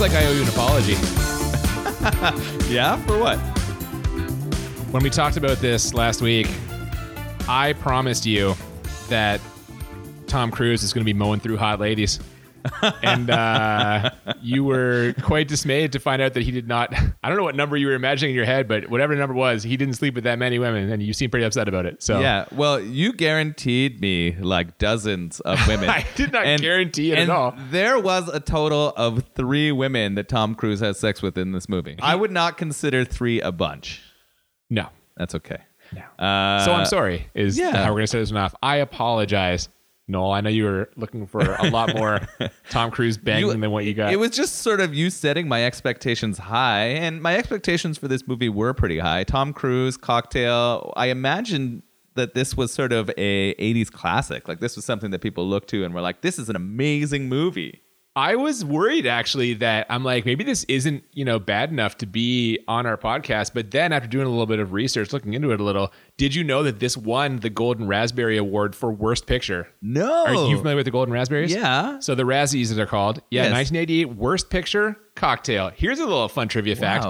like I owe you an apology. Yeah, for what? When we talked about this last week, I promised you that Tom Cruise is going to be mowing through hot ladies. and uh, you were quite dismayed to find out that he did not. I don't know what number you were imagining in your head, but whatever the number was, he didn't sleep with that many women, and you seemed pretty upset about it. So Yeah, well, you guaranteed me like dozens of women. I did not guarantee it at and all. There was a total of three women that Tom Cruise has sex with in this movie. I would not consider three a bunch. no, That's okay. no. Uh, so I'm sorry. Is yeah. how we're going to set this one off. I apologize, Noel. I know you were looking for a lot more Tom Cruise banging than what you got. It was just sort of you setting my expectations high, and my expectations for this movie were pretty high. Tom Cruise, Cocktail. I imagined that this was sort of a 80s classic. Like this was something that people looked to and were like, "This is an amazing movie." I was worried actually that I'm like maybe this isn't you know bad enough to be on our podcast. But then after doing a little bit of research, looking into it a little, did you know that this won the Golden Raspberry Award for worst picture? No. Are you familiar with the Golden Raspberries? Oh. Yeah. So the Razzies as they're called. Yeah. Yes. 1988 worst picture cocktail. Here's a little fun trivia Wow. fact.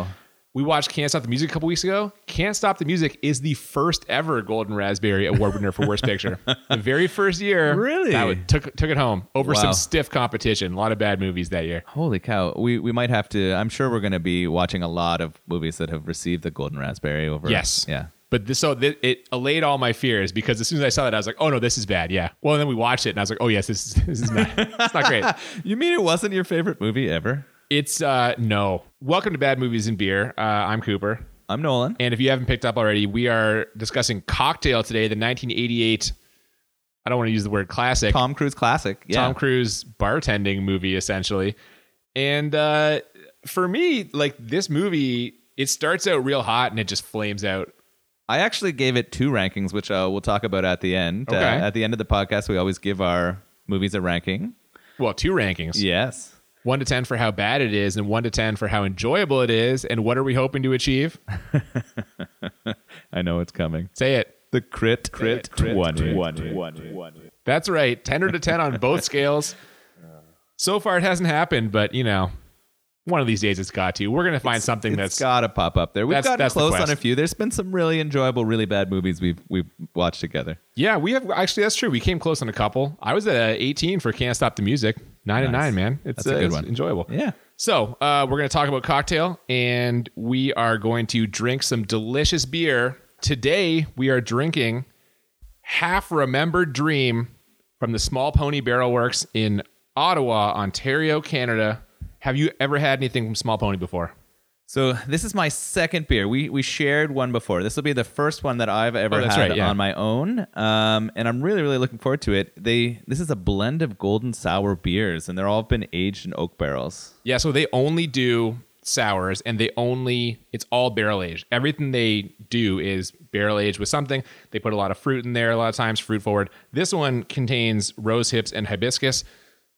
We watched Can't Stop the Music a couple weeks ago. Can't Stop the Music is the first ever Golden Raspberry Award winner for Worst Picture. the very first year. Really? That would- took, took it home over Wow. some stiff competition. A lot of bad movies that year. Holy cow. We we might have to I'm sure we're going to be watching a lot of movies that have received the golden raspberry over Yes. Yeah. But this, so th- it allayed all my fears because as soon as I saw that, I was like, oh no, this is bad. Yeah. Well, then we watched it and I was like, oh yes, this is, this is not, it's not great. You mean it wasn't your favorite movie ever? It's, uh, no. Welcome to Bad Movies and Beer. Uh, I'm Cooper. I'm Nolan. And if you haven't picked up already, we are discussing Cocktail today, the 1988, I don't want to use the word classic, Tom Cruise classic. Yeah. Tom Cruise bartending movie, essentially. And uh, for me, like this movie, it starts out real hot and it just flames out. I actually gave it two rankings, which uh, we'll talk about at the end. Okay. Uh, at the end of the podcast, we always give our movies a ranking. Well, two rankings Yes. one to 10 for how bad it is, and one to 10 for how enjoyable it is. And what are we hoping to achieve? I know it's coming. Say it. The crit, crit, crit, 20. That's right. 10 or to 10 on both scales. So far, it hasn't happened, but you know, one of these days it's got to. We're going to find something that's It's gotta pop up there. We've That's- gotten that's the close on quest. a few. There's been some really enjoyable, really bad movies we've we've watched together. Yeah, we have actually. That's true. We came close on a couple. I was at a 18 for "Can't Stop the Music." Nine and Nice. nine, man. It's That's a uh, good it's one. Enjoyable. Yeah. So uh, we're going to talk about cocktail, and we are going to drink some delicious beer today. We are drinking half remembered dream from the Small Pony Barrel Works in Ottawa, Ontario, Canada. Have you ever had anything from Small Pony before? So this is my second beer. We we shared one before. This will be the first one that I've ever Oh, that's had right, yeah. on my own, um, and I'm really really looking forward to it. They this is a blend of golden sour beers, and they're all been aged in oak barrels. Yeah, so they only do sours and they only it's all barrel aged. Everything they do is barrel aged with something. They put a lot of fruit in there a lot of times, fruit forward. This one contains rose hips and hibiscus.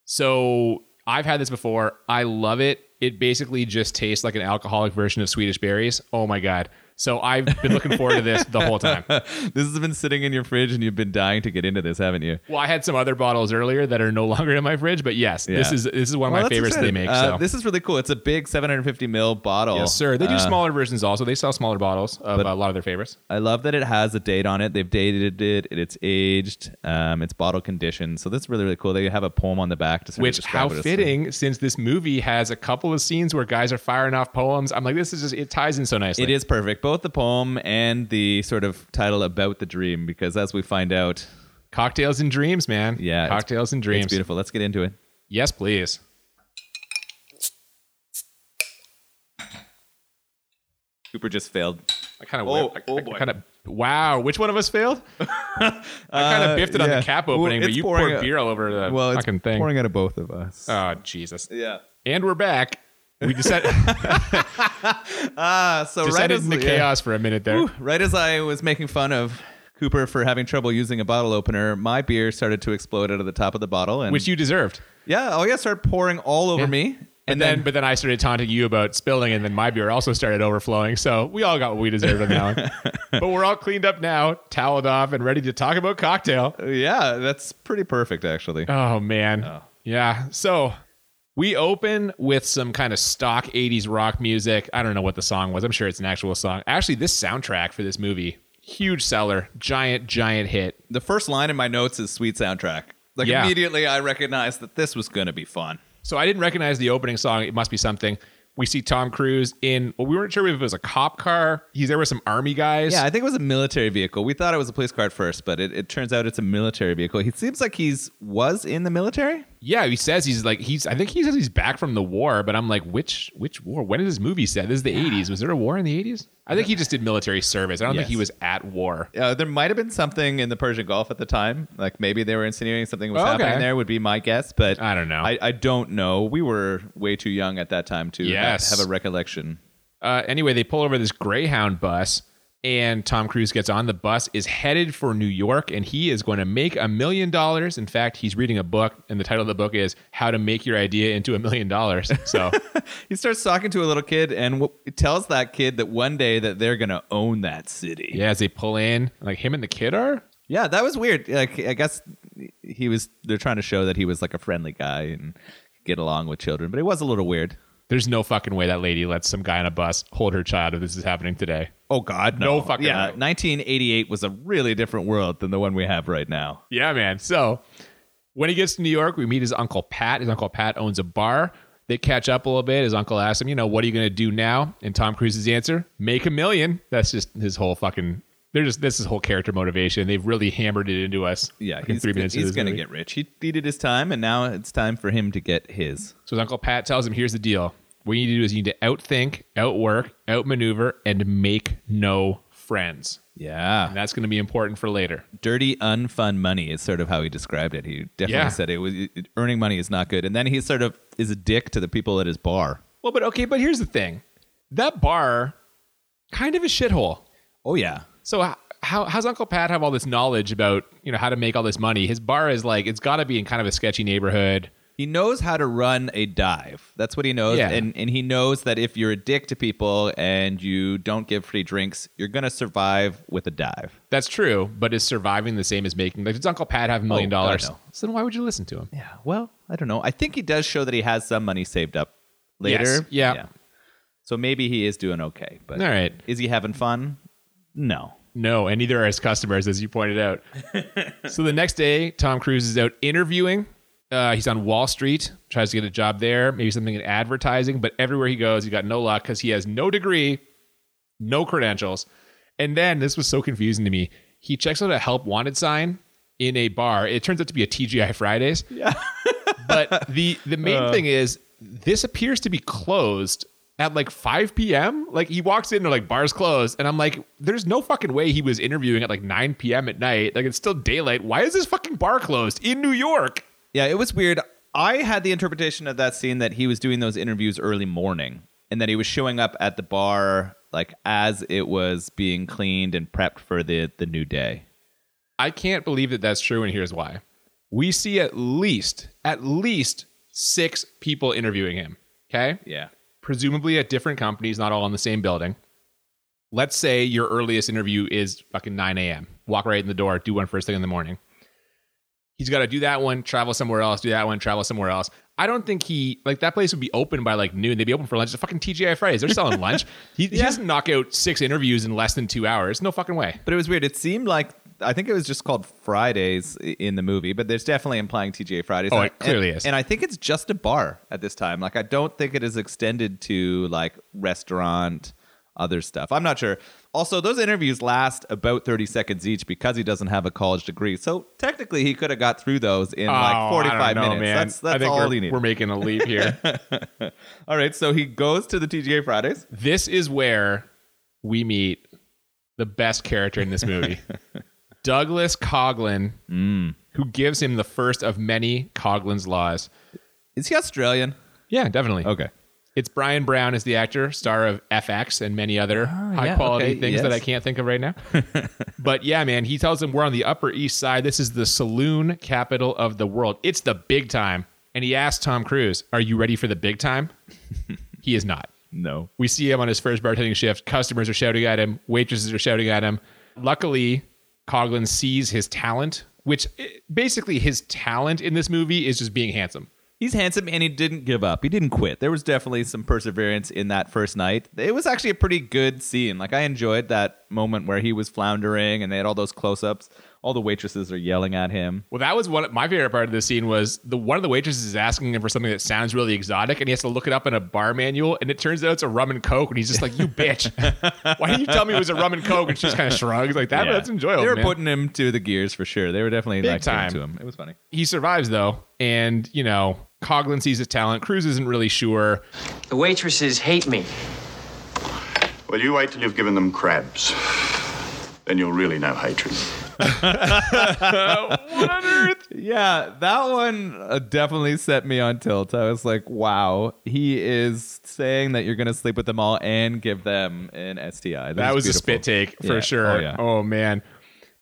So I've had this before. I love it. It basically just tastes like an alcoholic version of Swedish berries. Oh my god. So I've been looking forward to this the whole time. This has been sitting in your fridge, and you've been dying to get into this, haven't you? Well, I had some other bottles earlier that are no longer in my fridge, but yes, this Yeah. is this is one of my Well, that's favorites exciting. they make. Uh, so This is really cool. It's a big 750 mil bottle. Yes, sir. They do Uh, smaller versions also. They sell smaller bottles of uh, a lot of their favorites. I love that it has a date on it. They've dated it. It's aged. Um, it's bottle conditioned. So that's really really cool. They have a poem on the back to sort of Which how describe it as- fitting since this movie has a couple of scenes where guys are firing off poems. I'm like, this is just it ties in so nicely. It is perfect, both the poem and the sort of title about the dream, because as we find out, cocktails and dreams, man. Yeah, it's- cocktails and it's dreams. beautiful. Let's get into it. Yes, please. Cooper just failed. I kind of Oh, oh, I, oh I boy. kind of wow. Which one of us failed? I kind of Uh, biffed it on yeah. the cap Well, opening, but it's you pouring poured out- beer all over the Well, it's fucking thing. pouring out of both of us. oh Jesus! yeah. And we're back. We descended, Uh, so right descended as, into yeah. chaos for a minute there. Whew. right as I was making fun of Cooper for having trouble using a bottle opener, my beer started to explode out of the top of the bottle, and Which you deserved, yeah, oh yeah, started pouring all over Yeah. me, and and then, then. but then I started taunting you about spilling, and then my beer also started overflowing. So we all got what we deserved on that one. But we're all cleaned up now, toweled off, and ready to talk about Uh, cocktail. yeah, that's pretty perfect, actually. Oh man, yeah. So We open with some kind of stock 80s rock music. I don't know what the song was. I'm sure it's an actual song. Actually, this soundtrack for this movie, huge seller, giant, giant hit. The first line in my notes is sweet soundtrack. Like Yeah. immediately I recognized that this was going to be fun. So I didn't recognize the opening song. It must be something. We see Tom Cruise in, well, we weren't sure if it was a cop car. He's there with some army guys. Yeah, I think it was a military vehicle. We thought it was a police car at first, but it, it turns out it's a military vehicle. He seems like he's was in the military. Yeah, he says he's like he's. I think he says he's back from the war, but I'm like, which which war? When did this movie set? This is the '80s. Was there a war in the '80s? I think he just did military service. I don't think Yes. he was at war. Uh, there might have been something in the Persian Gulf at the time. Like maybe they were insinuating something was Okay. happening there. Would be my guess, but I don't know. Oh, I, I don't know. We were way too young at that time to ha- Yes. have a recollection. Uh, anyway, they pull over this Greyhound bus, and Tom Cruise gets on the bus, is headed for New York, and he is going to make a million dollars. In fact, he's reading a book, and the title of the book is "How to Make Your Idea into a Million Dollars." So. He starts talking to a little kid and w- tells that kid that one day that they're gonna own that city. Yeah, as they pull in, like him and the kid are. Yeah, that was weird. Like, I guess he was. They're trying to show that he was like a friendly guy and get along with children, but it was a little weird. There's no fucking way that lady lets some guy on a bus hold her child if this is happening today. Oh God, no. No fucking Yeah, way. 1988 was a really different world than the one we have right now. Yeah, man. So when he gets to New York, we meet his uncle Pat. His uncle Pat owns a bar. They catch up a little bit. His uncle asks him, you know, what are you going to do now? And Tom Cruise's answer, make a million. That's just his whole fucking. They're just this is whole character motivation. They've really hammered it into us. Yeah, in he's, three minutes. he's going gonna to get rich. He, he did his time, and now it's time for him to get his. So his uncle Pat tells him, here's the deal. What you need to do is you need to outthink, outwork, outmaneuver, and make no friends. Yeah, And that's going to be important for later. dirty, unfun money is sort of how he described it. He definitely Yeah. said it was earning money is not good, and then he sort of is a dick to the people at his bar. Well, but okay, but here's the thing. That bar, kind of a shithole. Oh yeah, So h- how how's Uncle Pat have all this knowledge about you know how to make all this money? His bar is like it's got to be in kind of a sketchy neighborhood. He knows how to run a dive. That's what he knows. Yeah. And, and he knows that if you're a dick to people and you don't give free drinks, you're going to survive with a dive. That's true, but is surviving the same as making? Like, does Uncle Pat have a million Oh, God, dollars? no. So then why would you listen to him? Yeah. Well, I don't know. I think he does show that he has some money saved up later. Yes. Yeah. So maybe he is doing okay. But All right. is he having fun? No. No, and neither are his customers, as you pointed out. so the next day, Tom Cruise is out interviewing. Uh, he's on Wall Street, tries to get a job there, maybe something in advertising, but everywhere he goes, he got no luck because he has no degree, no credentials. And then this was so confusing to me. He checks out a help wanted sign in a bar. It turns out to be a TGI Fridays. Yeah. but the the main thing is this appears to be closed at like 5 p.m. Like he walks in and like bars closed, and I'm like, there's no fucking way he was interviewing at like 9 p.m. at night. Like it's still daylight. Why is this fucking bar closed in New York? Yeah. It was weird. I had the interpretation of that scene that he was doing those interviews early morning and that he was showing up at the bar like as it was being cleaned and prepped for the, the new day. I can't believe that that's true, and here's why. We see at least at least six people interviewing him. Okay. Yeah. presumably at different companies, not all in the same building. Let's say your earliest interview is fucking 9 a.m. Walk right in the door, do one first thing in the morning. He's got to do that one, travel somewhere else, do that one, travel somewhere else. I don't think he, like, that place would be open by like noon. They'd be open for lunch. It's fucking TGI Fridays. They're selling lunch. He, he doesn't knock out six interviews in less than two hours. No fucking way. But it was weird. It seemed like I think it was just called Fridays i- in the movie, but there's definitely implying TGA Fridays. Oh, And- it clearly and- is. And I think it's just a bar at this time. Like I don't think it is extended to like restaurant, other stuff. I'm not sure. Also, those interviews last about 30 seconds each because he doesn't have a college degree. So technically, he could have got through those in Oh, I like don't 45 know, minutes. man. That's I that's think all we're, he needed. We're making a leap here. All right, so he goes to the TGA Fridays. this is where we meet the best character in this movie Douglas Coglin, Mm. who gives him the first of many Coglin's laws. Is he Australian? Yeah, definitely. Okay. It's Brian Brown is the actor, star of FX and many other high Ah, yeah, quality okay, things yes. that I can't think of right now. but yeah, man, he tells him we're on the Upper East Side. This is the saloon capital of the world. It's the big time. And he asks Tom Cruise, Are you ready for the big time? he is not. No. We see him on his first bartending shift. Customers are shouting at him. Waitresses are shouting at him. Luckily, Coglin sees his talent, which eh, basically his talent in this movie is just being handsome. he's handsome and he didn't give up. He didn't quit. There was definitely some perseverance in that first night. It was actually a pretty good scene. Like I enjoyed that moment where he was floundering and they had all those close-ups. All the waitresses are yelling at him. Well, that was one. My favorite part of the scene was the one of the waitresses is asking him for something that sounds really exotic, and he has to look it up in a bar manual, and it turns out it's a rum and coke, and he's just like, "You bitch, why didn't you tell me it was a rum and coke?" And she just kind of shrugs like that. Yeah. That's enjoyable. They were man. putting him to the gears for sure. They were definitely Big like, giving time. to him. It was funny. he survives though, and you know Coglin sees his talent. Cruz isn't really sure. The waitresses hate me. Well, you wait till you've given them crabs. Then you'll really know hatred. Yeah, that one uh, definitely set me on tilt. I was like, wow, he is saying that you're going to sleep with them all and give them an STI. That was a beautiful. spit take for Yeah. sure. Oh, yeah. oh man,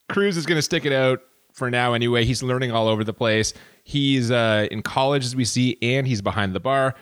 Cruz is going to stick it out for now anyway. He's learning all over the place. He's uh, in college as we see, and he's behind the bar.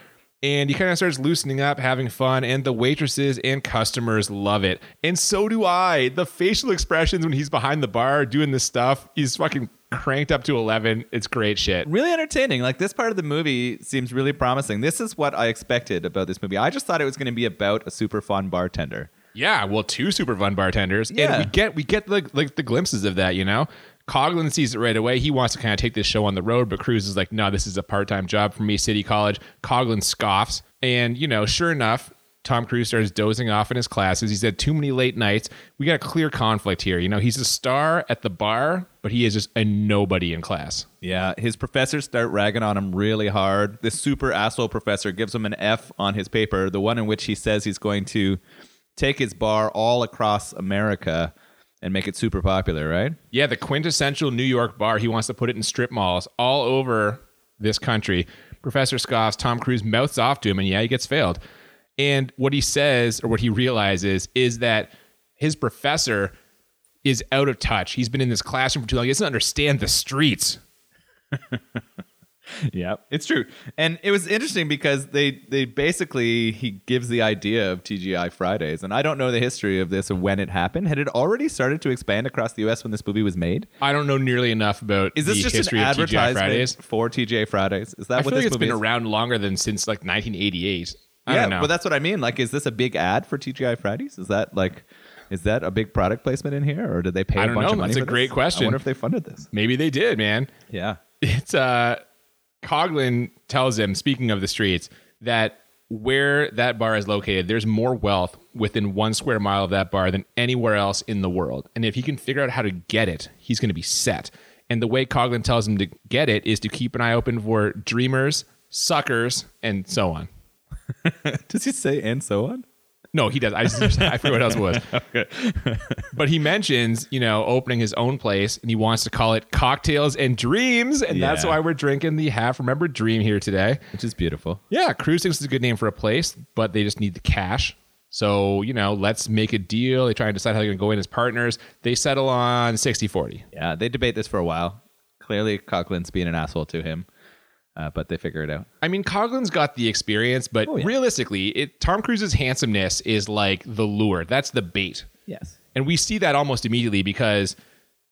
And he kind of starts loosening up, having fun, and the waitresses and customers love it. And so do I. The facial expressions when he's behind the bar doing this stuff, he's fucking cranked up to 11. It's great shit. Really entertaining. Like this part of the movie seems really promising. This is what I expected about this movie. I just thought it was going to be about a super fun bartender. Yeah, well, two super fun bartenders, Yeah. and we get we get the like the glimpses of that. You know, Coglin sees it right away. He wants to kind of take this show on the road, but Cruz is like, "No, this is a part time job for me." City College. Coglin scoffs, and you know, sure enough, Tom Cruise starts dozing off in his classes. He's had too many late nights. We got a clear conflict here. You know, he's a star at the bar, but he is just a nobody in class. Yeah, his professors start ragging on him really hard. This super asshole professor gives him an F on his paper, the one in which he says he's going to take his bar all across America and make it super popular, right? Yeah, the quintessential New York bar. He wants to put it in strip malls all over this country. Professor scoffs. Tom Cruise mouths off to him, and yeah, he gets failed. And what he says, or what he realizes, is that his professor is out of touch. He's been in this classroom for too long. He doesn't understand the streets. Yeah, it's true. And it was interesting because they they basically he gives the idea of TGI Fridays, and I don't know the history of this or when it happened. Had it already started to expand across the U.S. when this movie was made? I don't know nearly enough about Is this the just an history of TGI advertisement Fridays. for TGI Fridays? Is that I what feel like this it's movie been is? around longer than since like 1988. I yeah, don't know. but that's what I mean. Like, is this a big ad for TGI Fridays? Is that like, is that a big product placement in here, or did they pay I a don't bunch know. of money? That's a for this? great question. I wonder if they funded this. Maybe they did, man. Yeah, it's uh Coglin tells him, speaking of the streets, that where that bar is located, there's more wealth within one square mile of that bar than anywhere else in the world. And if he can figure out how to get it, he's going to be set. And the way Coglin tells him to get it is to keep an eye open for dreamers, suckers, and so on. does he say and so on? No, he does. I, just, I forget what else it was. but he mentions, you know, opening his own place and he wants to call it Cocktails and Dreams. And that's Yeah. why we're drinking the half remembered dream here today. Which is beautiful. Yeah, Cruise thinks it's a good name for a place, but they just need the cash. So, you know, let's make a deal. They try and decide how they're going to go in as partners. They settle on 60 40. Yeah, they debate this for a while. Clearly, Coughlin's being an asshole to him, uh, but they figure it out. I mean, Coglin's got the experience, but Oh, yeah. realistically, it, Tom Cruise's handsomeness is like the lure. That's the bait. Yes. And we see that almost immediately because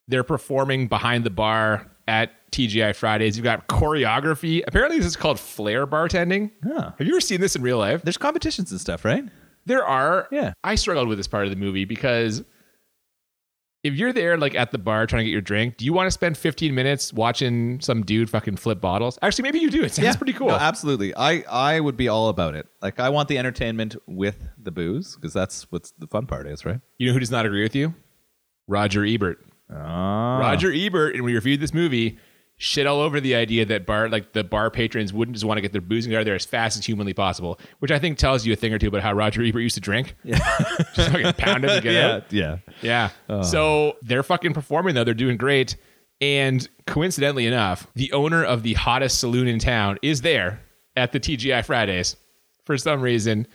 they're performing behind the bar at TGI Fridays. You've got choreography. Apparently, this is called flair bartending. Huh. Have you ever seen this in real life? There's competitions and stuff, right? There are. Yeah. I struggled with this part of the movie because if you're there like at the bar trying to get your drink, do you want to spend 15 minutes watching some dude fucking flip bottles? Actually, maybe you do. It sounds pretty cool. No, absolutely. I, I would be all about it. Like, I want the entertainment with the booze because that's what the fun part is, right? you know who does not agree with you? Roger Ebert. Roger Ebert, and we reviewed this movie, shit all over the idea that bar like the bar patrons wouldn't just want to get their booze and get out of there as fast as humanly possible, which I think tells you a thing or two about how Roger Ebert used to drink. Yeah. just fucking pound him and get yeah, out. yeah. Yeah. Oh. So they're fucking performing though. They're doing great. And coincidentally enough, the owner of the hottest saloon in town is there at the TGI Fridays for some reason.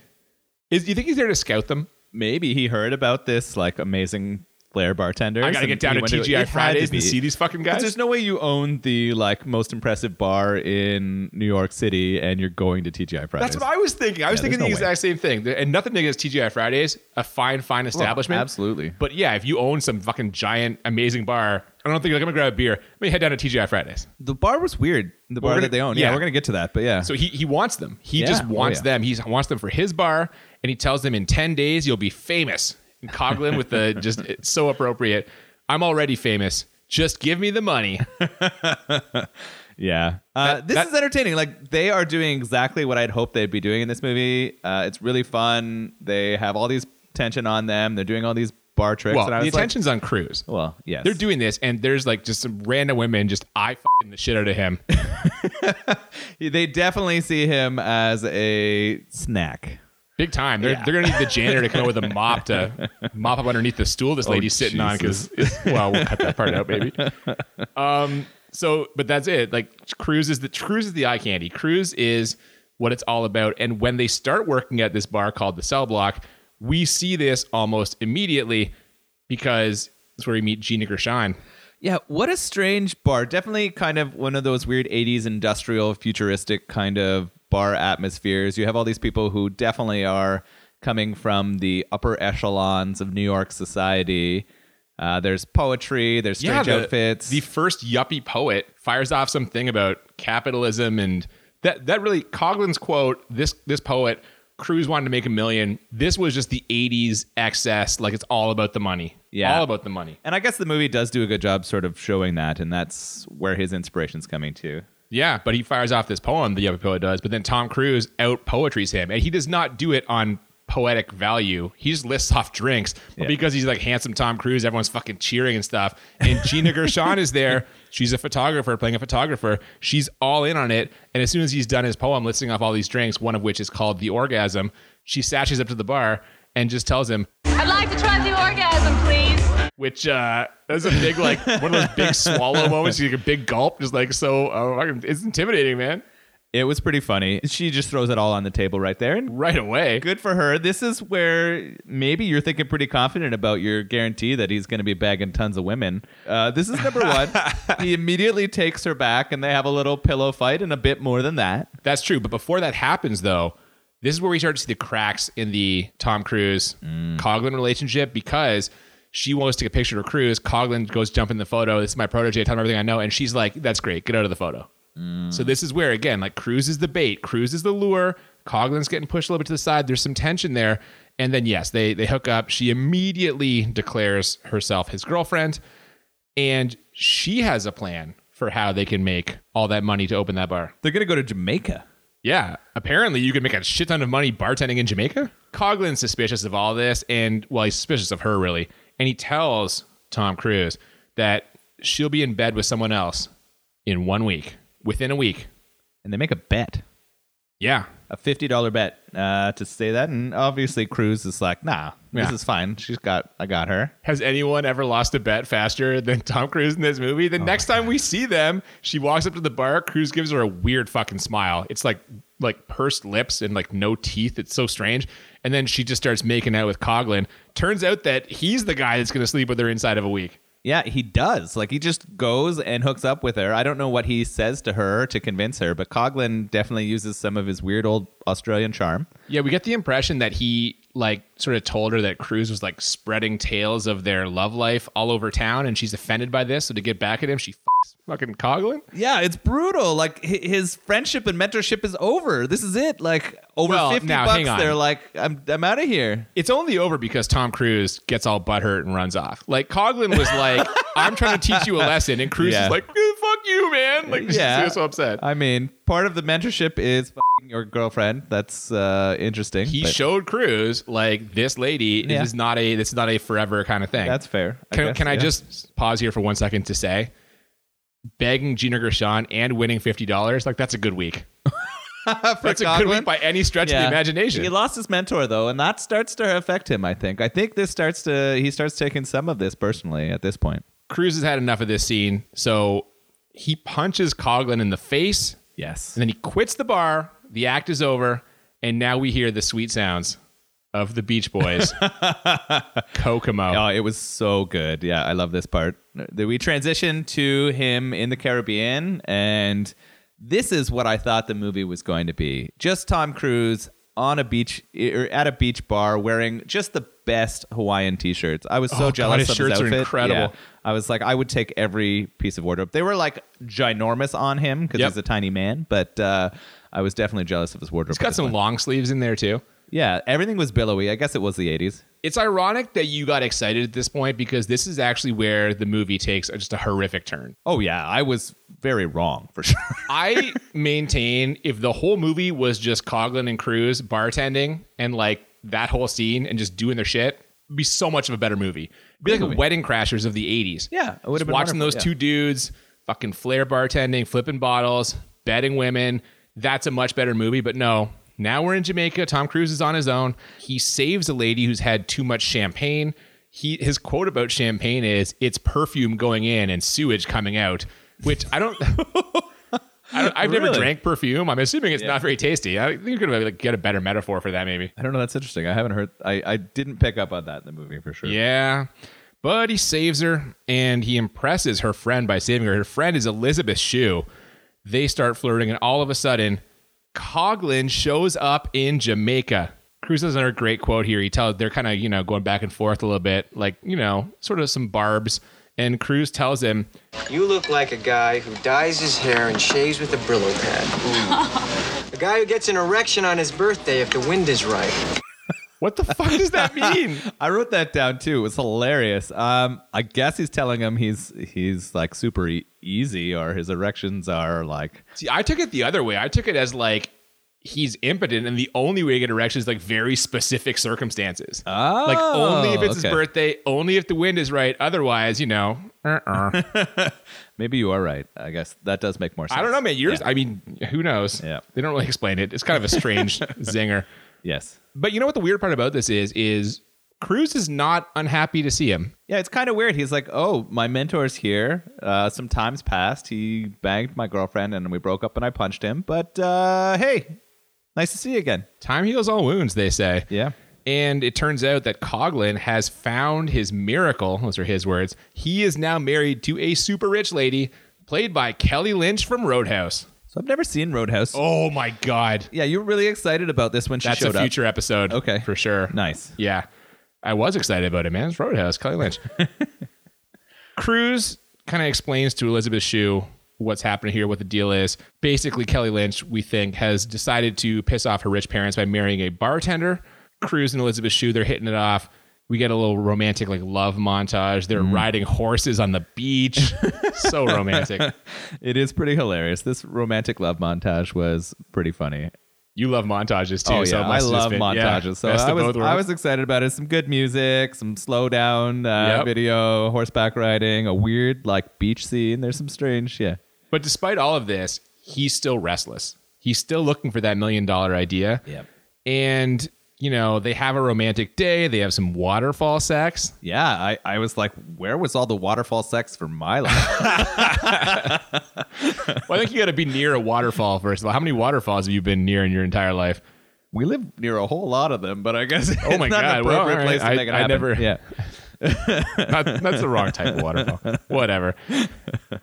Is do you think he's there to scout them? Maybe he heard about this like amazing flair bartender. I gotta get down to TGI Fridays and see these fucking guys. There's no way you own the like most impressive bar in New York City and you're going to TGI Fridays. That's what I was thinking. I was Yeah, thinking the there's no way. Oh, exact same thing. There- And nothing against TGI Fridays, a fine, fine establishment. absolutely. But yeah, if you own some fucking giant, amazing bar, I don't think like, I'm gonna grab a beer. Let me head down to TGI Fridays. The bar was weird. The We're bar gonna- that they own. yeah. Yeah, we're gonna get to that. But yeah, So he he wants them. He Yeah. just Oh, wants yeah. them. He wants them for his bar, and he tells them in ten days you'll be famous. And Coglin with the just it's so appropriate. I'm already famous. Just give me the money. Yeah. Uh, this that- is entertaining. Like, they are doing exactly what I'd hoped they'd be doing in this movie. Uh, it's really fun. They have all these tension on them. They're doing all these bar tricks. well, and I the was like, attention's on Cruz. well, yes. They're doing this, and there's like just some random women just eye fing the shit out of him. they definitely see him as a snack. Big time. They're, they're gonna need the janitor to come up with a mop to mop up underneath the stool this lady's sitting on because well, we'll cut that part out, baby. Um so but that's it. Like Cruz is the Cruz is the eye candy. Cruz is what it's all about. And when they start working at this bar called the cell block, we see this almost immediately because that's where we meet Gina Gershon. Yeah, what a strange bar. Definitely kind of one of those weird 80s industrial futuristic kind of bar atmospheres. You have all these people who definitely are coming from the upper echelons of New York society. Uh, there's poetry, there's strange the, outfits. The first yuppie poet fires off something about capitalism and that that really Coglin's quote, this this poet, Cruz wanted to make a million. This was just the eighties excess, like it's all about the money. Yeah. All about the money. and I guess the movie does do a good job sort of showing that, and that's where his inspiration's coming to. Yeah, but he fires off this poem, the yuppie poet does, but then Tom Cruise out poetries him, and he does not do it on poetic value. He just lists off drinks, but Yeah. because he's like handsome Tom Cruise, everyone's fucking cheering and stuff. And Gina Gershon is there. She's a photographer playing a photographer. She's all in on it. And as soon as he's done his poem listing off all these drinks, one of which is called the orgasm, she sashes up to the bar and just tells him, I'd like to try the orgasm, please. which uh that's a big like one of those big swallow moments, like a big gulp, just like so uh, fucking- it's intimidating, man. It was pretty funny. She just throws it all on the table right there, and Right away. good for her. This is where maybe you're thinking pretty confident about your guarantee that he's going to be bagging tons of women. Uh, this is number one. he immediately takes her back, and they have a little pillow fight and a bit more than that. That's true. But before that happens, though, this is where we start to see the cracks in the Tom Cruise Coglin relationship because she wants to take a picture of Cruise. Coglin goes jump in the photo. This is my protege. Tell him everything I know. And she's like, "That's great. Get out of the photo." So this is where again, like Cruise is the bait. Cruise is the lure. Coglin's getting pushed a little bit to the side. There's some tension there. And then yes, they they hook up. She immediately declares herself his girlfriend, and she has a plan for how they can make all that money to open that bar. They're going to go to Jamaica. Yeah, apparently you could make a shit ton of money bartending in Jamaica. Coglin's suspicious of all this, and well, he's suspicious of her really, and he tells Tom Cruise that she'll be in bed with someone else in one week, within a week. And they make a bet, Yeah, a $50 bet uh, to say that. And obviously, Cruz is like, nah, Yeah. this is fine. She's got, I got her. has anyone ever lost a bet faster than Tom Cruise in this movie? The next time we see them, she walks up to the bar. Cruise gives her a weird fucking smile. It's like like pursed lips and like no teeth. It's so strange. And then she just starts making out with Coglin. Turns out that he's the guy that's going to sleep with her inside of a week. Yeah, he does. Like he just goes and hooks up with her. I don't know what he says to her to convince her, but Coglin definitely uses some of his weird old Australian charm. Yeah, we get the impression that he like sort of told her that Cruz was like spreading tales of their love life all over town, and she's offended by this. So to get back at him, she fucks fucking Coglin. Yeah, it's brutal. Like hi- his friendship and mentorship is over. This is it. Like over Well, fifty now, hang bucks, on. they're like, I'm I'm out of here. It's only over because Tom Cruise gets all butthurt and runs off. Like Coglin was like, "I'm trying to teach you a lesson," and Cruz Yeah. Uh, is like, "Eh, "Fuck you, man!" Like, yeah, she's so upset. I mean, part of the mentorship is f***ing your girlfriend. That's uh, interesting. He but showed Cruz like this lady Yeah. is not a this is not a forever kind of thing. that's fair. Can, guess, can I yeah. just pause here for one second to say, begging Gina Gershon and winning fifty dollars, like that's a good week. For That's a good Coughlin? week by any stretch of the imagination. He lost his mentor though, and that starts to affect him. I think. I think this starts to he starts taking some of this personally at this point. Cruz has had enough of this scene, so he punches Coglin in the face, Yes. and then he quits the bar. The act is over, and now we hear the sweet sounds of the Beach Boys, Kokomo. Oh, it was so good. Yeah, I love this part. That We transition to him in the Caribbean, and this is what I thought the movie was er, going to be: just Tom Cruise on a beach or at a beach bar, wearing just the best Hawaiian t-shirts. I was Oh, so God, jealous his of shirts his are outfit. incredible. Yeah. I was like, I would take every piece of wardrobe. They were like ginormous on him because Yep. he's a tiny man, but uh, I was definitely jealous of his wardrobe. It's got some long sleeves in there too. yeah, everything was billowy. I guess it was the '80s. It's ironic that you got excited at this point because this is actually where the movie takes just a horrific turn. Oh yeah, I was very wrong for sure. I maintain if the whole movie was just Coglin and Cruz bartending and like that whole scene and just doing their shit, it'd be so much of a better movie. It'd be like movie. a Wedding Crashers of the 80s. Yeah, it would've Just been watching wonderful, those yeah. two dudes fucking flair bartending, flipping bottles, betting women. That's a much better movie, but no. Now we're in Jamaica. Tom Cruise is on his own. He saves a lady who's had too much champagne. He his quote about champagne is it's perfume going in and sewage coming out, which I don't I don't, I've never Really? drank perfume. I'm assuming it's not very tasty. I think you could like get a better metaphor for that, maybe. I don't know. That's interesting. I haven't heard. I, I didn't pick up on that in the movie for sure. Yeah, but he saves her and he impresses her friend by saving her. Her friend is Elizabeth Shue. They start flirting, and all of a sudden, Coglin shows up in Jamaica. Cruz has another great quote here. He tells they're kind of you know going back and forth a little bit, like you know sort of some barbs. And Cruz tells him, You look like a guy who dyes his hair and shaves with a Brillo pad. a guy who gets an erection on his birthday if the wind is right. "What the fuck does that mean?" I wrote that down too. It was hilarious. Um, I guess he's telling him he's he's like super e- easy, or his erections are like See, I took it the other way. I took it as like he's impotent, and the only way to get erections is like very specific circumstances. oh, like only if it's okay. his birthday, only if the wind is right. Otherwise, you know, uh-uh. Maybe you are right. I guess that does make more sense. I don't know, man. Yours, I mean, who knows? Yeah. They don't really explain it. It's kind of a strange zinger. Yes. But you know what the weird part about this is? Is Cruz is not unhappy to see him. Yeah, it's kind of weird. He's like, "Oh, my mentor's here. Uh, some times passed. He banged my girlfriend, and we broke up, and I punched him. But uh, hey, nice to see you again." Time heals all wounds, they say. Yeah. And it turns out that Coglin has found his miracle. Those are his words. He is now married to a super rich lady played by Kelly Lynch from Roadhouse. So I've never seen Roadhouse. Oh my God. Yeah, you were really excited about this when she That's a showed future episode. Okay. For sure. up. Nice. Yeah. I was excited about it, man. It's Roadhouse, Kelly Lynch. Cruz kind of explains to Elizabeth Shue what's happening here, what the deal is. Basically, Kelly Lynch, we think, has decided to piss off her rich parents by marrying a bartender. Cruz and Elizabeth Shue, they're hitting it off. We get a little romantic, like love montage. Mm. They're riding horses on the beach. so romantic. It is pretty hilarious. This romantic love montage was pretty funny. Oh, You love montages too. so it I Oh, must have love been- montages. yeah, so best I of was, both I worlds. was excited about it. Some good music, some slow down uh, Yep. video, horseback riding, a weird like beach scene. There's some strange, yeah. But despite all of this, he's still restless. He's still looking for that million dollar idea. Yep. And, you know, they have a romantic day. They have some waterfall sex. Yeah, I, I was like, where was all the waterfall sex for my life? Well, I think you got to be near a waterfall, first of all. How many waterfalls have you been near in your entire life? we live near a whole lot of them, but I guess it's Oh my not God, an well, appropriate all right. place to I- make it I happen. never- yeah. Not, that's the wrong type of waterfall. Whatever.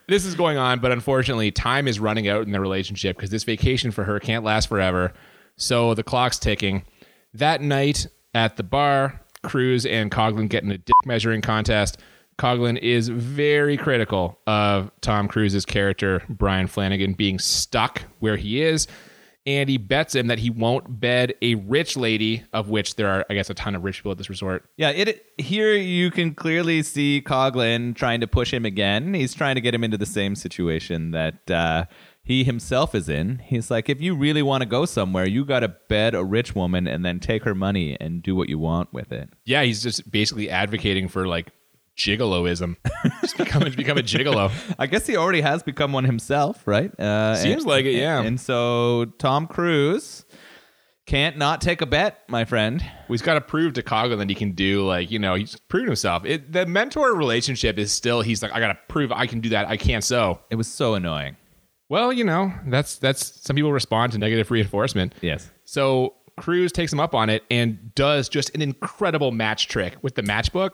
This is going on, but unfortunately, time is running out in their relationship because this vacation for her can't last forever. So the clock's ticking. That night at the bar, Cruz and Coglin get in a dick measuring contest. Coglin is very critical of Tom Cruise's character, Brian Flanagan, being stuck where he is. And he bets him that he won't bed a rich lady, of which there are, I guess, a ton of rich people at this resort. Yeah, it here you can clearly see Coglin trying to push him again. He's trying to get him into the same situation that uh, he himself is in. He's like, if you really want to go somewhere, you got to bed a rich woman and then take her money and do what you want with it. Yeah, he's just basically advocating for like gigoloism. just become, become a gigolo. I guess he already has become one himself, right? Uh, Seems and- like it, yeah. And so Tom Cruise can't not take a bet, my friend. We've got to prove to Coglin that he can do like, you know, he's proved himself. It, the mentor relationship is still he's like, I gotta prove I can do that. I can't so. It was so annoying. Well, you know, that's that's some people respond to negative reinforcement. Yes. So Cruz takes him up on it and does just an incredible match trick with the matchbook.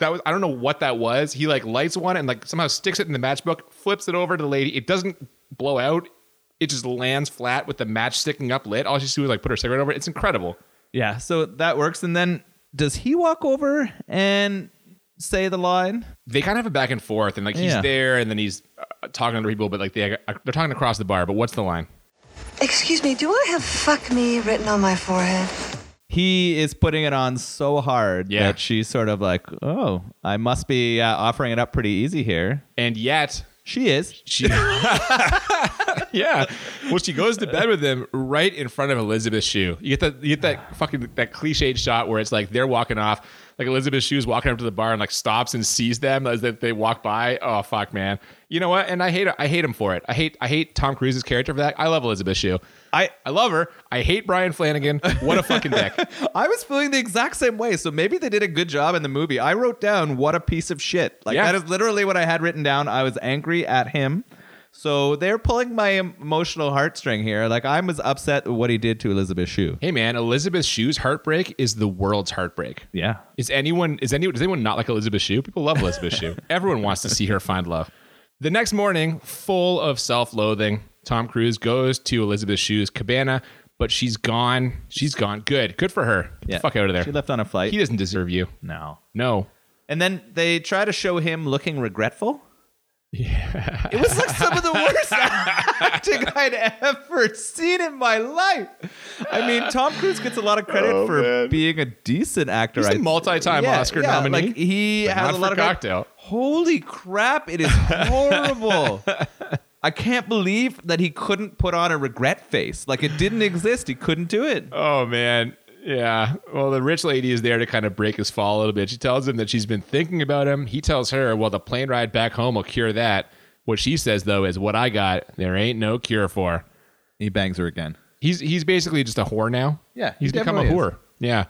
That was I don't know what that was. He like lights one and like somehow sticks it in the matchbook, flips it over to the lady. It doesn't blow out. It just lands flat with the match sticking up lit. All she does is like put her cigarette over. it. It's incredible. Yeah, so that works. And then does he walk over and say the line? they kind of have a back and forth, and like he's Yeah. there, and then he's uh, talking to people, but like they uh, they're talking across the bar. But what's the line? Excuse me, do I have fuck me written on my forehead? He is putting it on so hard Yeah. that she's sort of like, oh, I must be uh, offering it up pretty easy here. And yet She is. she, yeah, well she goes to bed with him right in front of Elizabeth Shue. You get that you get that fucking that cliched shot where it's like they're walking off, like Elizabeth Shue's walking up to the bar and like stops and sees them as that they walk by. Oh fuck, man, you know what? And I hate I hate him for it. I hate I hate Tom Cruise's character for that. I love Elizabeth Shue. I I love her. I hate Brian Flanagan. What a fucking dick. I was feeling the exact same way. So maybe they did a good job in the movie. I wrote down what a piece of shit. Like Yeah. that is literally what I had written down. I was angry at him. So they're pulling my em- emotional heartstring here. Like I was upset with what he did to Elizabeth Shue. Hey man, Elizabeth Shue's heartbreak is the world's heartbreak. Yeah. Is anyone is anyone does anyone not like Elizabeth Shue? People love Elizabeth Shue. Everyone wants to see her find love. The next morning, full of self-loathing, Tom Cruise goes to Elizabeth Shue's cabana, but she's gone. She's gone. Good. Good for her. Get Yeah. the fuck out of there. She left on a flight. He doesn't deserve you. no. No. And then they try to show him looking regretful. Yeah. It was like some of the worst acting I'd ever seen in my life. I mean, Tom Cruise gets a lot of credit Oh, for man. being a decent actor. He's a I- multi-time Oscar nominee, Like he but has not a lot for of credit. Cocktail. Holy crap, it is horrible. I can't believe that he couldn't put on a regret face. Like it didn't exist. He couldn't do it. Oh man. Yeah. Well, the rich lady is there to kind of break his fall a little bit. She tells him that she's been thinking about him. He tells her, "Well, the plane ride back home will cure that." What she says though is, "What I got, there ain't no cure for." He bangs her again. He's he's basically just a whore now. Yeah, he he's become a definitely whore. is. Yeah.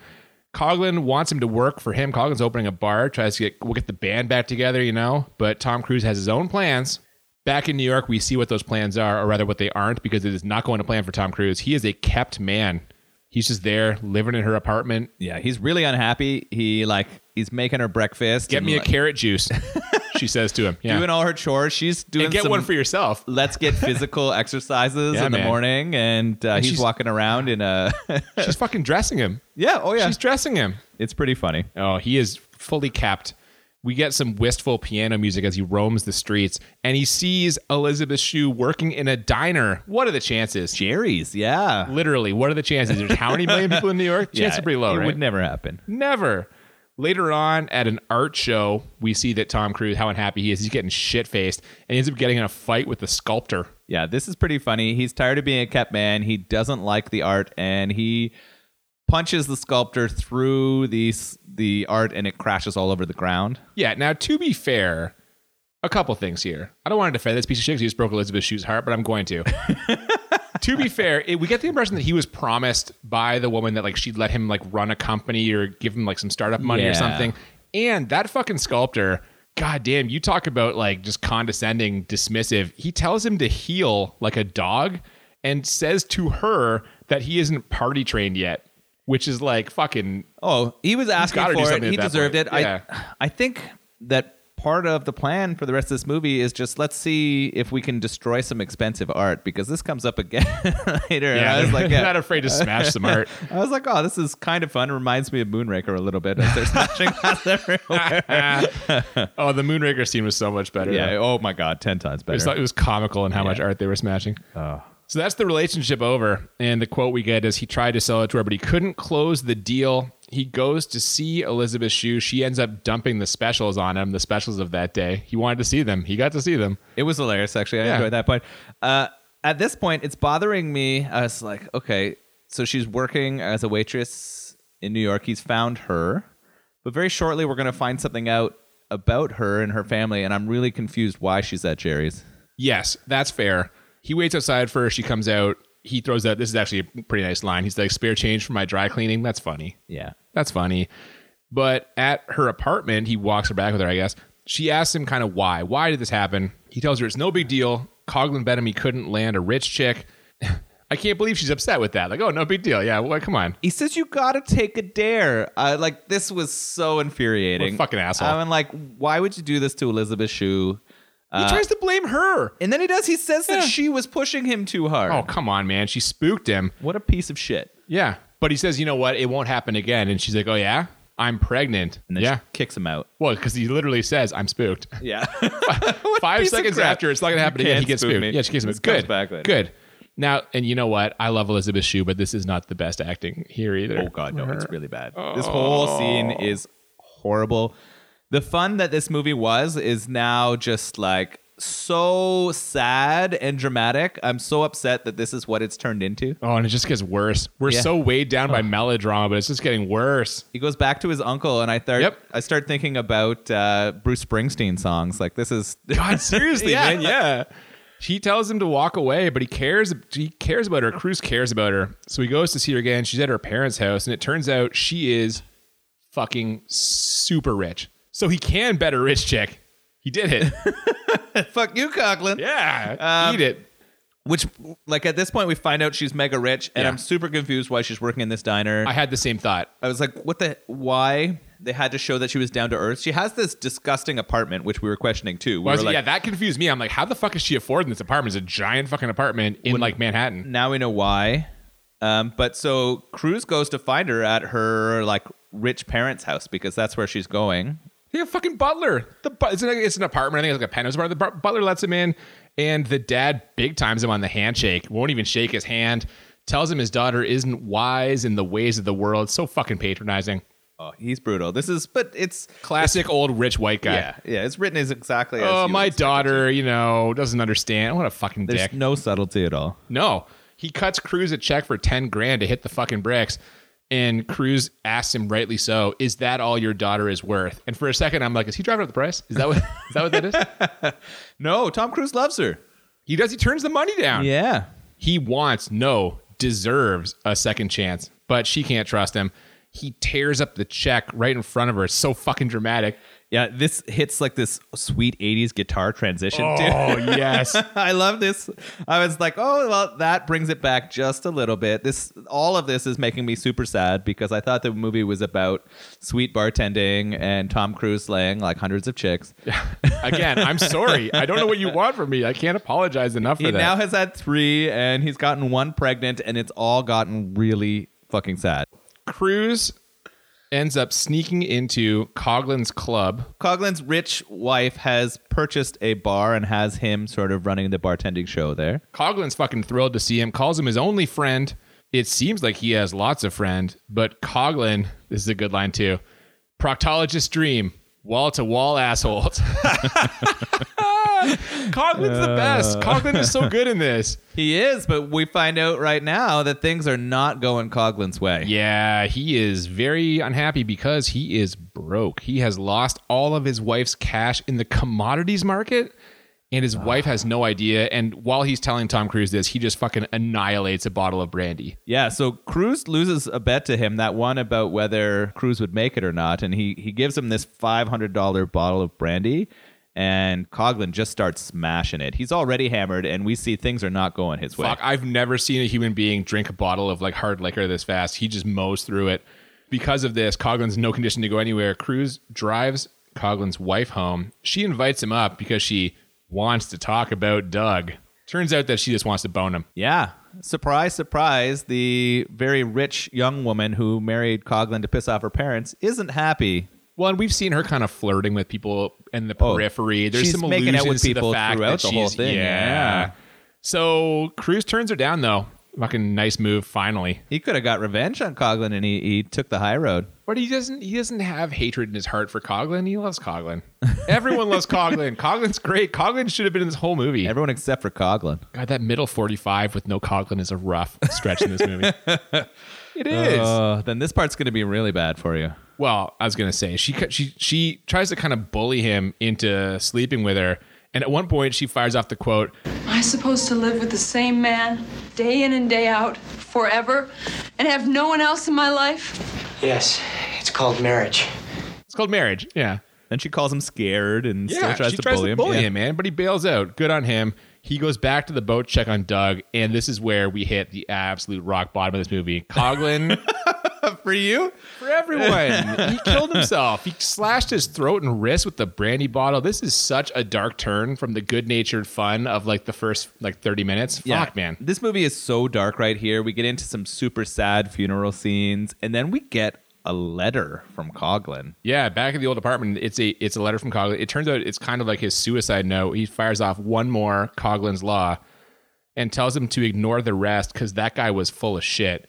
Coglin wants him to work for him. Coglin's opening a bar, tries to get we'll get the band back together, you know. But Tom Cruise has his own plans. Back in New York, we see what those plans are, or rather what they aren't, because it is not going to plan for Tom Cruise. He is a kept man. He's just there living in her apartment. Yeah, he's really unhappy. He like he's making her breakfast. Get and, me a like, carrot juice, she says to him. Yeah. Doing all her chores. She's doing and get some, one for yourself. Let's get physical exercises Yeah, in the man. morning, and, uh, And he's she's- walking around in a She's fucking dressing him. yeah. Oh yeah, She's dressing him. it's pretty funny. Oh, he is fully capped. We get some wistful piano music as he roams the streets, and he sees Elizabeth Shue working in a diner. What are the chances? Jerry's, yeah, Literally, what are the chances? There's how many million people in New York? Chances yeah, are pretty low, It right? would never happen. Never. Later on at an art show, we see that Tom Cruise, how unhappy he is. He's getting shit faced and he ends up getting in a fight with the sculptor. Yeah, this is pretty funny. He's tired of being a kept man. He doesn't like the art, and he punches the sculptor through the s- the art, and it crashes all over the ground. Yeah. Now, to be fair, a couple things here. I don't want to defend this piece of shit because he just broke Elizabeth Shue's heart, but I'm going to. to be fair, it, we get the impression that he was promised by the woman that like she'd let him like run a company or give him like some startup money Yeah. or something. And that fucking sculptor, goddamn, you talk about like just condescending, dismissive. He tells him to heal like a dog and says to her that he isn't party trained yet, which is like fucking Oh, he was asking gotta do for it. something at He that deserved point. it. Yeah. I I think that part of the plan for the rest of this movie is just let's see if we can destroy some expensive art because this comes up again later. and I was like, yeah. not afraid to smash some art. I was like, oh, this is kind of fun. Reminds me of Moonraker a little bit as they're smashing glass everywhere. Oh, the Moonraker scene was so much better. Yeah. Oh my god, ten times It better. Uh. was, it was comical in how much art they were smashing. So that's the relationship over. And the quote we get is he tried to sell it to her, but he couldn't close the deal. He goes to see Elizabeth Shue. She ends up dumping the specials on him, the specials of that day. He wanted to see them. He got to see them. It was hilarious, actually. I Yeah. enjoyed that point. Uh, at this point, it's bothering me. I was like, okay, so she's working as a waitress in New York. He's found her, but very shortly we're going to find something out about her and her family, and I'm really confused why she's at Jerry's. Yes, that's fair. He waits outside for her. She comes out. He throws out, this is actually a pretty nice line. He's like, spare change for my dry cleaning. That's funny. Yeah. That's funny. But at her apartment, he walks her back with her, I guess. She asks him kind of why. Why did this happen? He tells her it's no big deal. Coglin bet him he couldn't land a rich chick. I can't believe she's upset with that. Like, oh, no big deal. Yeah, well, come on. He says you gotta take a dare. Uh, like this was so infuriating. What a fucking asshole. I'm like, why would you do this to Elizabeth Shue? Uh, he tries to blame her. And then he does. He says Yeah. that she was pushing him too hard. Oh, come on, man. She spooked him. what a piece of shit. Yeah. But he says, you know what? It won't happen again. And she's like, oh, yeah? I'm pregnant. And then yeah. she kicks him out. Well, because he literally says, I'm spooked. Yeah. Five piece of seconds crap. after, it's not going to happen You again. can't He gets spook spooked. me. Yeah, she gets spooked. This comes Good. back later. Good. Now, and you know what? I love Elizabeth Shue, but this is not the best acting here either. oh god, no, it's really bad. This whole scene Oh. is horrible. The fun that this movie was is now just like so sad and dramatic. I'm so upset that this is what it's turned into. Oh, and it just gets worse. We're Yeah. so weighed down by melodrama, but it's just getting worse. He goes back to his uncle, and I start Yep. I start thinking about uh, Bruce Springsteen songs. Like this is God, seriously, Yeah. man. Yeah. She tells him to walk away, but he cares. He cares about her. Cruz cares about her. So he goes to see her again. She's at her parents' house, and it turns out she is fucking super rich. So he can bet a rich chick. He did it. fuck you, Coughlin. yeah, Um, eat it. Which, like at this point, we find out she's mega rich, and Yeah. I'm super confused why she's working in this diner. I had the same thought. I was like, what the? Why they had to show that she was down to earth? She has this disgusting apartment, which we were questioning too. We I was were like, like, yeah, that confused me. I'm like, how the fuck is she affording this apartment? It's a giant fucking apartment in like Manhattan. now we know why. Um, but so Cruz goes to find her at her like rich parents' house because that's where she's going. Yeah, fucking butler. The but it's, an, it's an apartment. I think it's like a penthouse apartment. The bu- butler lets him in, and the dad big times him on the handshake. Won't even shake his hand. Tells him his daughter isn't wise in the ways of the world. So fucking patronizing. Oh, he's brutal. This is, but it's Classic old rich white guy. yeah, yeah. It's written as exactly. as Oh, you my would- daughter, you know, doesn't understand. What a fucking There's dick. no subtlety at all. No, he cuts Cruz a check for 10 grand to hit the fucking bricks. And Cruz asks him, rightly so, is that all your daughter is worth? And for a second, I'm like, is he driving up the price? Is that what, is that, what that is? No, Tom Cruise loves her. He does. He turns the money down. Yeah. He wants, no, deserves a second chance, but she can't trust him. He tears up the check right in front of her. It's so fucking dramatic. Yeah, this hits like this sweet 80s guitar transition, too. Oh, yes. I love this. I was like, oh, well, that brings it back just a little bit. This, all of this is making me super sad because I thought the movie was about sweet bartending and Tom Cruise slaying like hundreds of chicks. Again, I'm sorry. I don't know what you want from me. I can't apologize enough for He that. now has had three and he's gotten one pregnant and it's all gotten really fucking sad. Cruz ends up sneaking into Coglin's club. Coughlin's rich wife has purchased a bar and has him sort of running the bartending show there. Coglin's fucking thrilled to see him, calls him his only friend. It seems like he has lots of friend, but Coglin, this is a good line too. Proctologist dream, wall to wall assholes. Coglin's the best. Coglin is so good in this. He is, but we find out right now that things are not going Coglin's way. Yeah, he is very unhappy because he is broke. He has lost all of his wife's cash in the commodities market, and his wife has no idea. And while he's telling Tom Cruise this, he just fucking annihilates a bottle of brandy. Yeah, so Cruz loses a bet to him, that one about whether Cruz would make it or not, and he, he gives him this $500 bottle of brandy, and Coglin just starts smashing it. He's already hammered, and we see things are not going his way. Fuck, I've never seen a human being drink a bottle of like hard liquor this fast. He just mows through it. Because of this, Coglin's in no condition to go anywhere. Cruz drives Coglin's wife home. She invites him up because she wants to talk about Doug. Turns out that she just wants to bone him. Yeah. Surprise, surprise, the very rich young woman who married Coglin to piss off her parents isn't happy. Well, and we've seen her kind of flirting with people in the Oh, periphery. There's she's some making out allusions with to people the fact throughout that the whole she's- thing, yeah. So Cruz turns her down though. Fucking nice move, finally. He could have got revenge on Coglin, and he, he took the high road. But he doesn't. He doesn't have hatred in his heart for Coglin. He loves Coglin. Everyone loves Coglin. Coglin's great. Coglin should have been in this whole movie. Everyone except for Coglin. God, that middle forty-five with no Coglin is a rough stretch in this movie. it is. Oh, then this part's going to be really bad for you. Well, I was gonna say she cu- she she tries to kind of bully him into sleeping with her, and at one point she fires off the quote, Am I supposed to live with the same man day in and day out forever and have no one else in my life? Yes, it's called marriage. "It's called marriage." Yeah, Then she calls him scared and still tries she to tries bully to him. bully Yeah. him, man. But he bails out. Good on him. He goes back to the boat check on Doug, and this is where we hit the absolute rock bottom of this movie. Coglin For you? for everyone. He killed himself. He slashed his throat and wrist with the brandy bottle. This is such a dark turn from the good-natured fun of like the first like 30 minutes. Fuck, man. This movie is so dark right here. We get into some super sad funeral scenes, and then we get a letter from Coglin. Yeah, back at the old apartment, it's a it's a letter from Coglin. It turns out it's kind of like his suicide note. He fires off one more Coglin's law and tells him to ignore the rest because that guy was full of shit.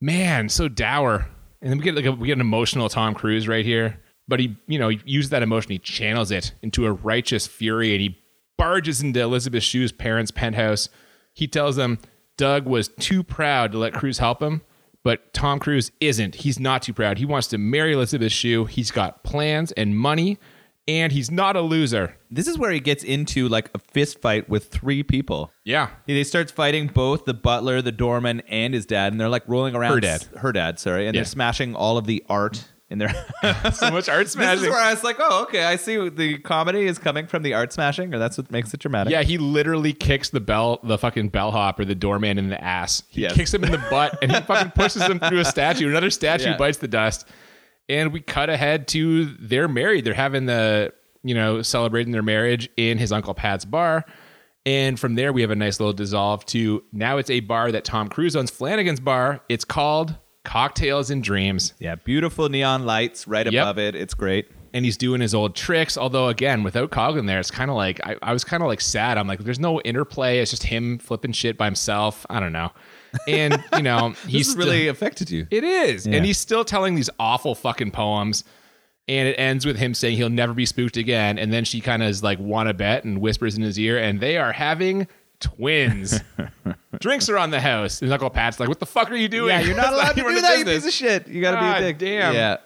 Man, so dour. And then we get like a, we get an emotional Tom Cruise right here, but he you know he uses that emotion, he channels it into a righteous fury, and he barges into Elizabeth Shue's parents' penthouse. He tells them Doug was too proud to let Cruz help him, but Tom Cruise isn't. He's not too proud. He wants to marry Elizabeth Shue. He's got plans and money, and he's not a loser. This is where he gets into like a fist fight with three people. Yeah. They start fighting both the butler, the doorman, and his dad, and they're like rolling around. Her dad. Her dad, sorry. And Yeah. they're smashing all of the art in their So much art This is smashing. where I was like, oh, okay, I see the comedy is coming from the art smashing, or that's what makes it dramatic. Yeah, he literally kicks the bell, the fucking bellhop or the doorman in the ass. He Yes. kicks him in the butt and he fucking pushes him through a statue. Another statue Yeah. bites the dust. And we cut ahead to they're married. They're having the, you know, celebrating their marriage in his Uncle Pat's bar. And from there, we have a nice little dissolve to now it's a bar that Tom Cruise owns, Flanagan's bar. It's called Cocktails and Dreams. Yeah, beautiful neon lights right Yep. above it. It's great. and he's doing his old tricks. Although again, without Coglin there, it's kind of like I, I was kind of like sad. I'm like, there's no interplay. It's just him flipping shit by himself. I don't know. And you know, he's He's still- really affected you. it is, Yeah. and he's still telling these awful fucking poems. And it ends with him saying he'll never be spooked again. And then she kind of is like, want to bet and whispers in his ear, and they are having twins. Drinks are on the house. And Uncle Pat's like, what the fuck are you doing? yeah, you're not That's allowed to even do the that, you business." piece of shit. You gotta God be a dick. damn. Yeah.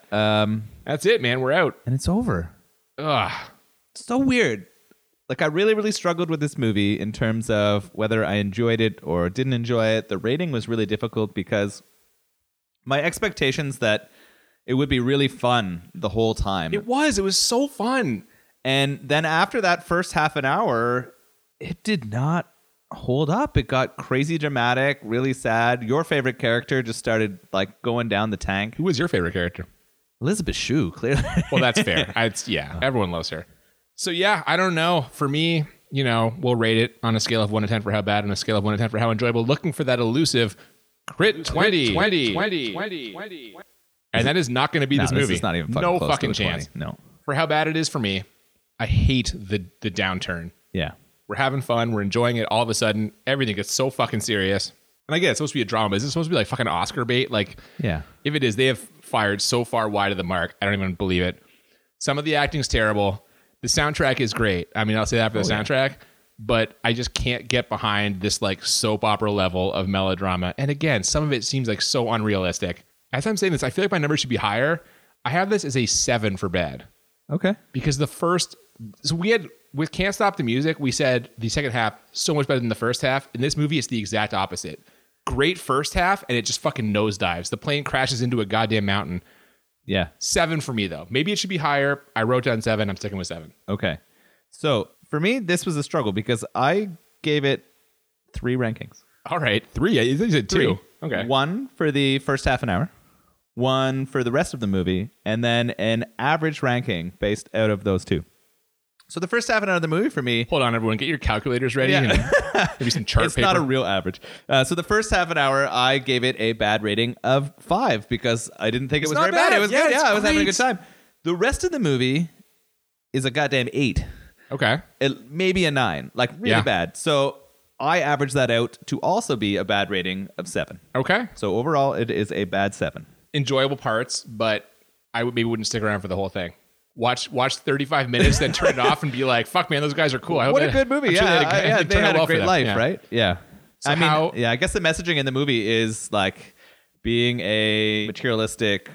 Um, That's it, man. We're out. and it's over. Ugh. So weird. Like I really, really struggled with this movie in terms of whether I enjoyed it or didn't enjoy it. The rating was really difficult because my expectations that it would be really fun the whole time. It was. It was so fun. And then after that first half an hour, it did not hold up. It got crazy dramatic, really sad. Your favorite character just started like going down the tank. Who was your favorite character? Elizabeth Shue, clearly. Well, that's fair. I, it's, yeah, everyone loves her. So yeah, I don't know. For me, you know, we'll rate it on a scale of one to ten for how bad and a scale of one to ten for how enjoyable. Looking for that elusive crit 20. 20. 20. 20. And that is not going to be No, this movie. is not even fucking no close to fucking a 20. chance. No. For how bad it is for me, I hate the the downturn. Yeah. We're having fun. We're enjoying it. All of a sudden, everything gets so fucking serious. And I get it's supposed to be a drama. Is it supposed to be like fucking Oscar bait? Like, Yeah. if it is, they have fired so far wide of the mark. I don't even believe it. Some of the acting's terrible. The soundtrack is great. I mean, I'll say that for the soundtrack, but I just can't get behind this like soap opera level of melodrama. And again, some of it seems like so unrealistic. As I'm saying this, I feel like my number should be higher. I have this as a seven for bad Okay. because the first so we had with can't stop the music we said the second half so much better than the first half in this movie it's the exact opposite great first half and it just fucking nosedives the plane crashes into a goddamn mountain Yeah. seven for me though maybe it should be higher i wrote down seven i'm sticking with seven Okay. So for me, this was a struggle because I gave it three rankings. all right three i think you said two okay One for the first half an hour, one for the rest of the movie, and then an average ranking based out of those two. So the first half an hour of the movie for me, hold on everyone get your calculators ready Yeah. and maybe some chart it's paper not a real average. Uh, so the first half an hour, I gave it a bad rating of five because I didn't think it was not very bad. bad. It was Yeah, good. it's Yeah, I was having a good great. time. The rest of the movie is a goddamn eight. okay it, maybe a nine, like really Yeah. bad. So I average that out to also be a bad rating of seven. okay So overall, it is a bad seven. enjoyable parts but i would maybe wouldn't stick around for the whole thing Watch watch 35 minutes, then turn it off and be like, "Fuck, man, those guys are cool." I hope What they- a good movie! I'm Yeah, sure they had a, I- good- yeah, it they turned out had a well for great them. life, Yeah. right? Yeah. I mean, how- yeah, I guess the messaging in the movie is like being a materialistic,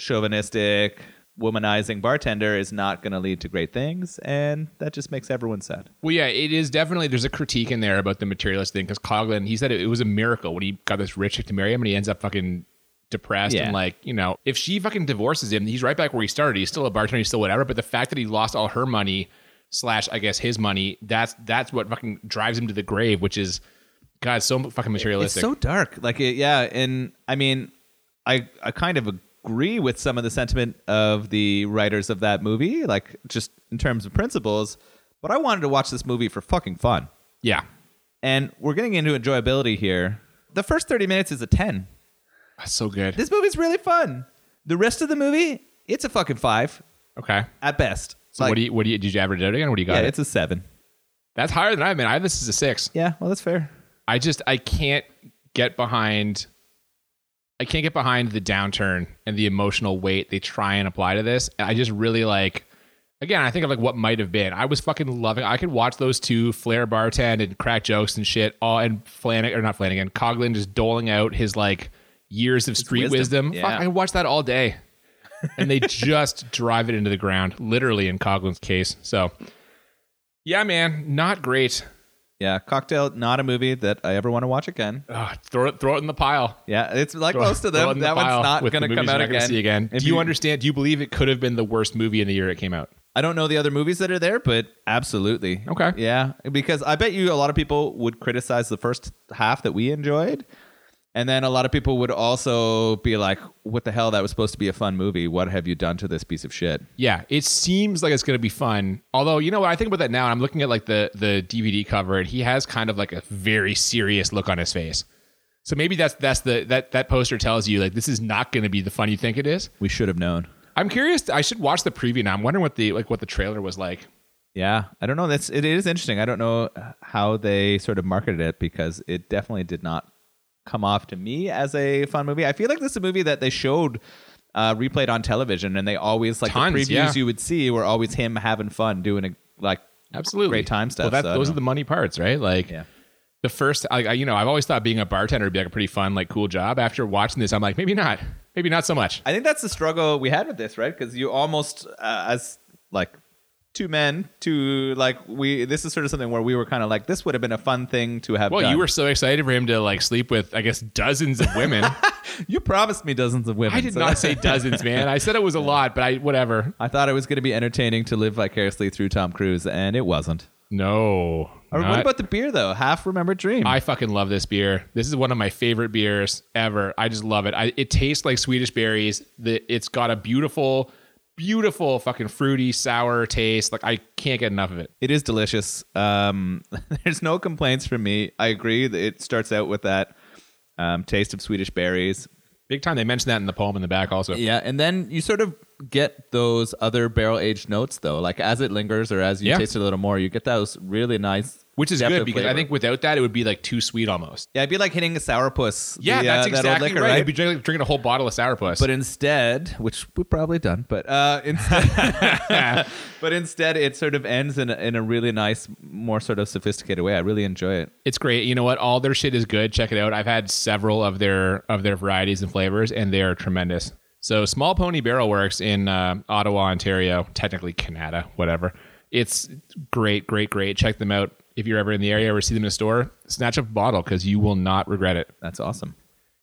chauvinistic, womanizing bartender is not going to lead to great things, and that just makes everyone sad. Well, yeah, it is definitely. There's a critique in there about the materialist thing because Coglin, he said it, it was a miracle when he got this rich chick to marry him, and he ends up fucking depressed Yeah. and like, you know, if she fucking divorces him, he's right back where he started. He's still a bartender, he's still whatever. But the fact that he lost all her money slash, I guess, his money, that's that's what fucking drives him to the grave, which is God, so fucking materialistic. It's so dark. Like, it, yeah, and I mean, I I kind of agree with some of the sentiment of the writers of that movie, like just in terms of principles. But I wanted to watch this movie for fucking fun, yeah, and we're getting into enjoyability here. The first thirty minutes is a ten. that's so good. This movie's really fun. The rest of the movie, it's a fucking five Okay. at best. So what do you what do you did you average it out again? What do you got? yeah, it? it's a seven. That's higher than I've been. I have this is a six. Yeah, well, that's fair. I just I can't get behind I can't get behind the downturn and the emotional weight they try and apply to this. I just really like again, I think of like what might have been. I was fucking loving I could watch those two Flair bartend and crack jokes and shit all and Flanagan or not Flanagan, Coglin just doling out his like years of street wisdom. wisdom. Yeah. Fuck, I could watch that all day. and they just drive it into the ground, literally in Coglin's case. So yeah, man, not great. Yeah, Cocktail, not a movie that I ever want to watch again. Ugh, throw it, throw it in the pile. Yeah, it's like Throw- most of throw it them. in That the one's pile not with the going to movies come you're out not gonna again. See again. If do you, understand? Do you believe it could have been the worst movie in the year it came out? I don't know the other movies that are there, but absolutely. Okay. Yeah, because I bet you a lot of people would criticize the first half that we enjoyed. And then a lot of people would also be like, what the hell? That was supposed to be a fun movie. What have you done to this piece of shit? Yeah, it seems like it's going to be fun. Although, you know what? I think about that now, and I'm looking at like the the DVD cover, and he has kind of like a very serious look on his face. So maybe that's that's the that that poster tells you like this is not going to be the fun you think it is. We should have known. I'm curious. I should watch the preview now. I'm wondering what the like what the trailer was like. Yeah, I don't know. That's it is interesting. I don't know uh, how they sort of marketed it because it definitely did not come off to me as a fun movie. I feel like this is a movie that they showed uh, replayed on television, and they always like Tons, the previews yeah. you would see were always him having fun doing a like Absolutely, great time stuff. Well, that, so I those are don't the money parts, right? Like, Yeah. the first, I, I, you know, I've always thought being a bartender would be like a pretty fun, like, cool job. After watching this, I'm like, maybe not, maybe not so much. I think that's the struggle we had with this, right? Because you almost uh, as like two men, two like we. This is sort of something where we were kind of like, this would have been a fun thing to have. Well, done. you were so excited for him to like sleep with, I guess, dozens of women. you promised me dozens of women. I did so not that- say dozens, man. I said it was a lot, but I whatever. I thought it was going to be entertaining to live vicariously through Tom Cruise, and it wasn't. No. Or what not- about the beer though? Half remembered dream. I fucking love this beer. This is one of my favorite beers ever. I just love it. I, it tastes like Swedish berries. The, it's got a beautiful, beautiful fucking fruity, sour taste. Like I can't get enough of it. it is delicious. Um, there's no complaints from me. I agree that it starts out with that um, taste of Swedish berries. Big time. They mentioned that in the poem in the back also. Yeah, and then you sort of get those other barrel aged notes though. Like as it lingers or as you Yeah. taste it a little more, you get those really nice. Which is depth good of because I flavor. think without that, it would be like too sweet almost. yeah, it'd be like hitting a sourpuss. Yeah, the, uh, that's that old exactly liquor, right. I'd be drinking, drinking a whole bottle of sourpuss. But instead, which we've probably done, but uh, instead, but instead, it sort of ends in a, in a really nice, more sort of sophisticated way. I really enjoy it. it's great. You know what? All their shit is good. Check it out. I've had several of their of their varieties and flavors, and they are tremendous. So Small Pony Barrel Works in uh, Ottawa, Ontario, technically Canada, whatever. It's great, great, great. Check them out if you're ever in the area or see them in a store. Snatch up a bottle because you will not regret it. That's awesome.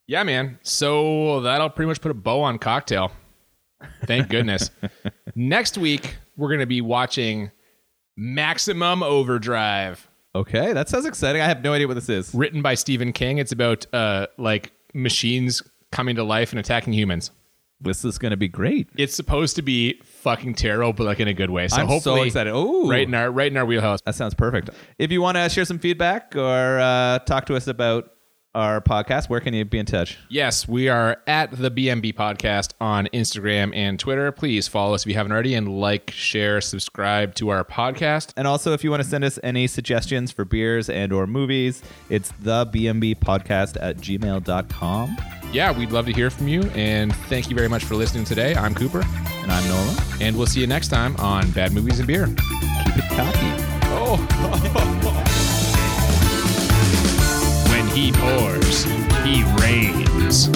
Yeah, man. So that'll pretty much put a bow on cocktail. Thank goodness. Next week we're gonna be watching Maximum Overdrive. Okay, that sounds exciting. I have no idea what this is. written by Stephen King. It's about uh, like machines coming to life and attacking humans. This is going to be great. It's supposed to be fucking terrible, but like in a good way. So I'm so hopefully, excited. Ooh. right in our right in our wheelhouse. That sounds perfect. If you want to share some feedback or uh, talk to us about our podcast, where can you be in touch? Yes, we are at the BMB podcast on Instagram and Twitter. Please follow us if you haven't already, and like, share, subscribe to our podcast. And also, if you want to send us any suggestions for beers and or movies, it's the BMB podcast at gmail.com. Yeah, we'd love to hear from you, and thank you very much for listening today. I'm Cooper, And I'm Nolan. and we'll see you next time on Bad Movies and Beer. Keep it cocky. When he pours, he rains.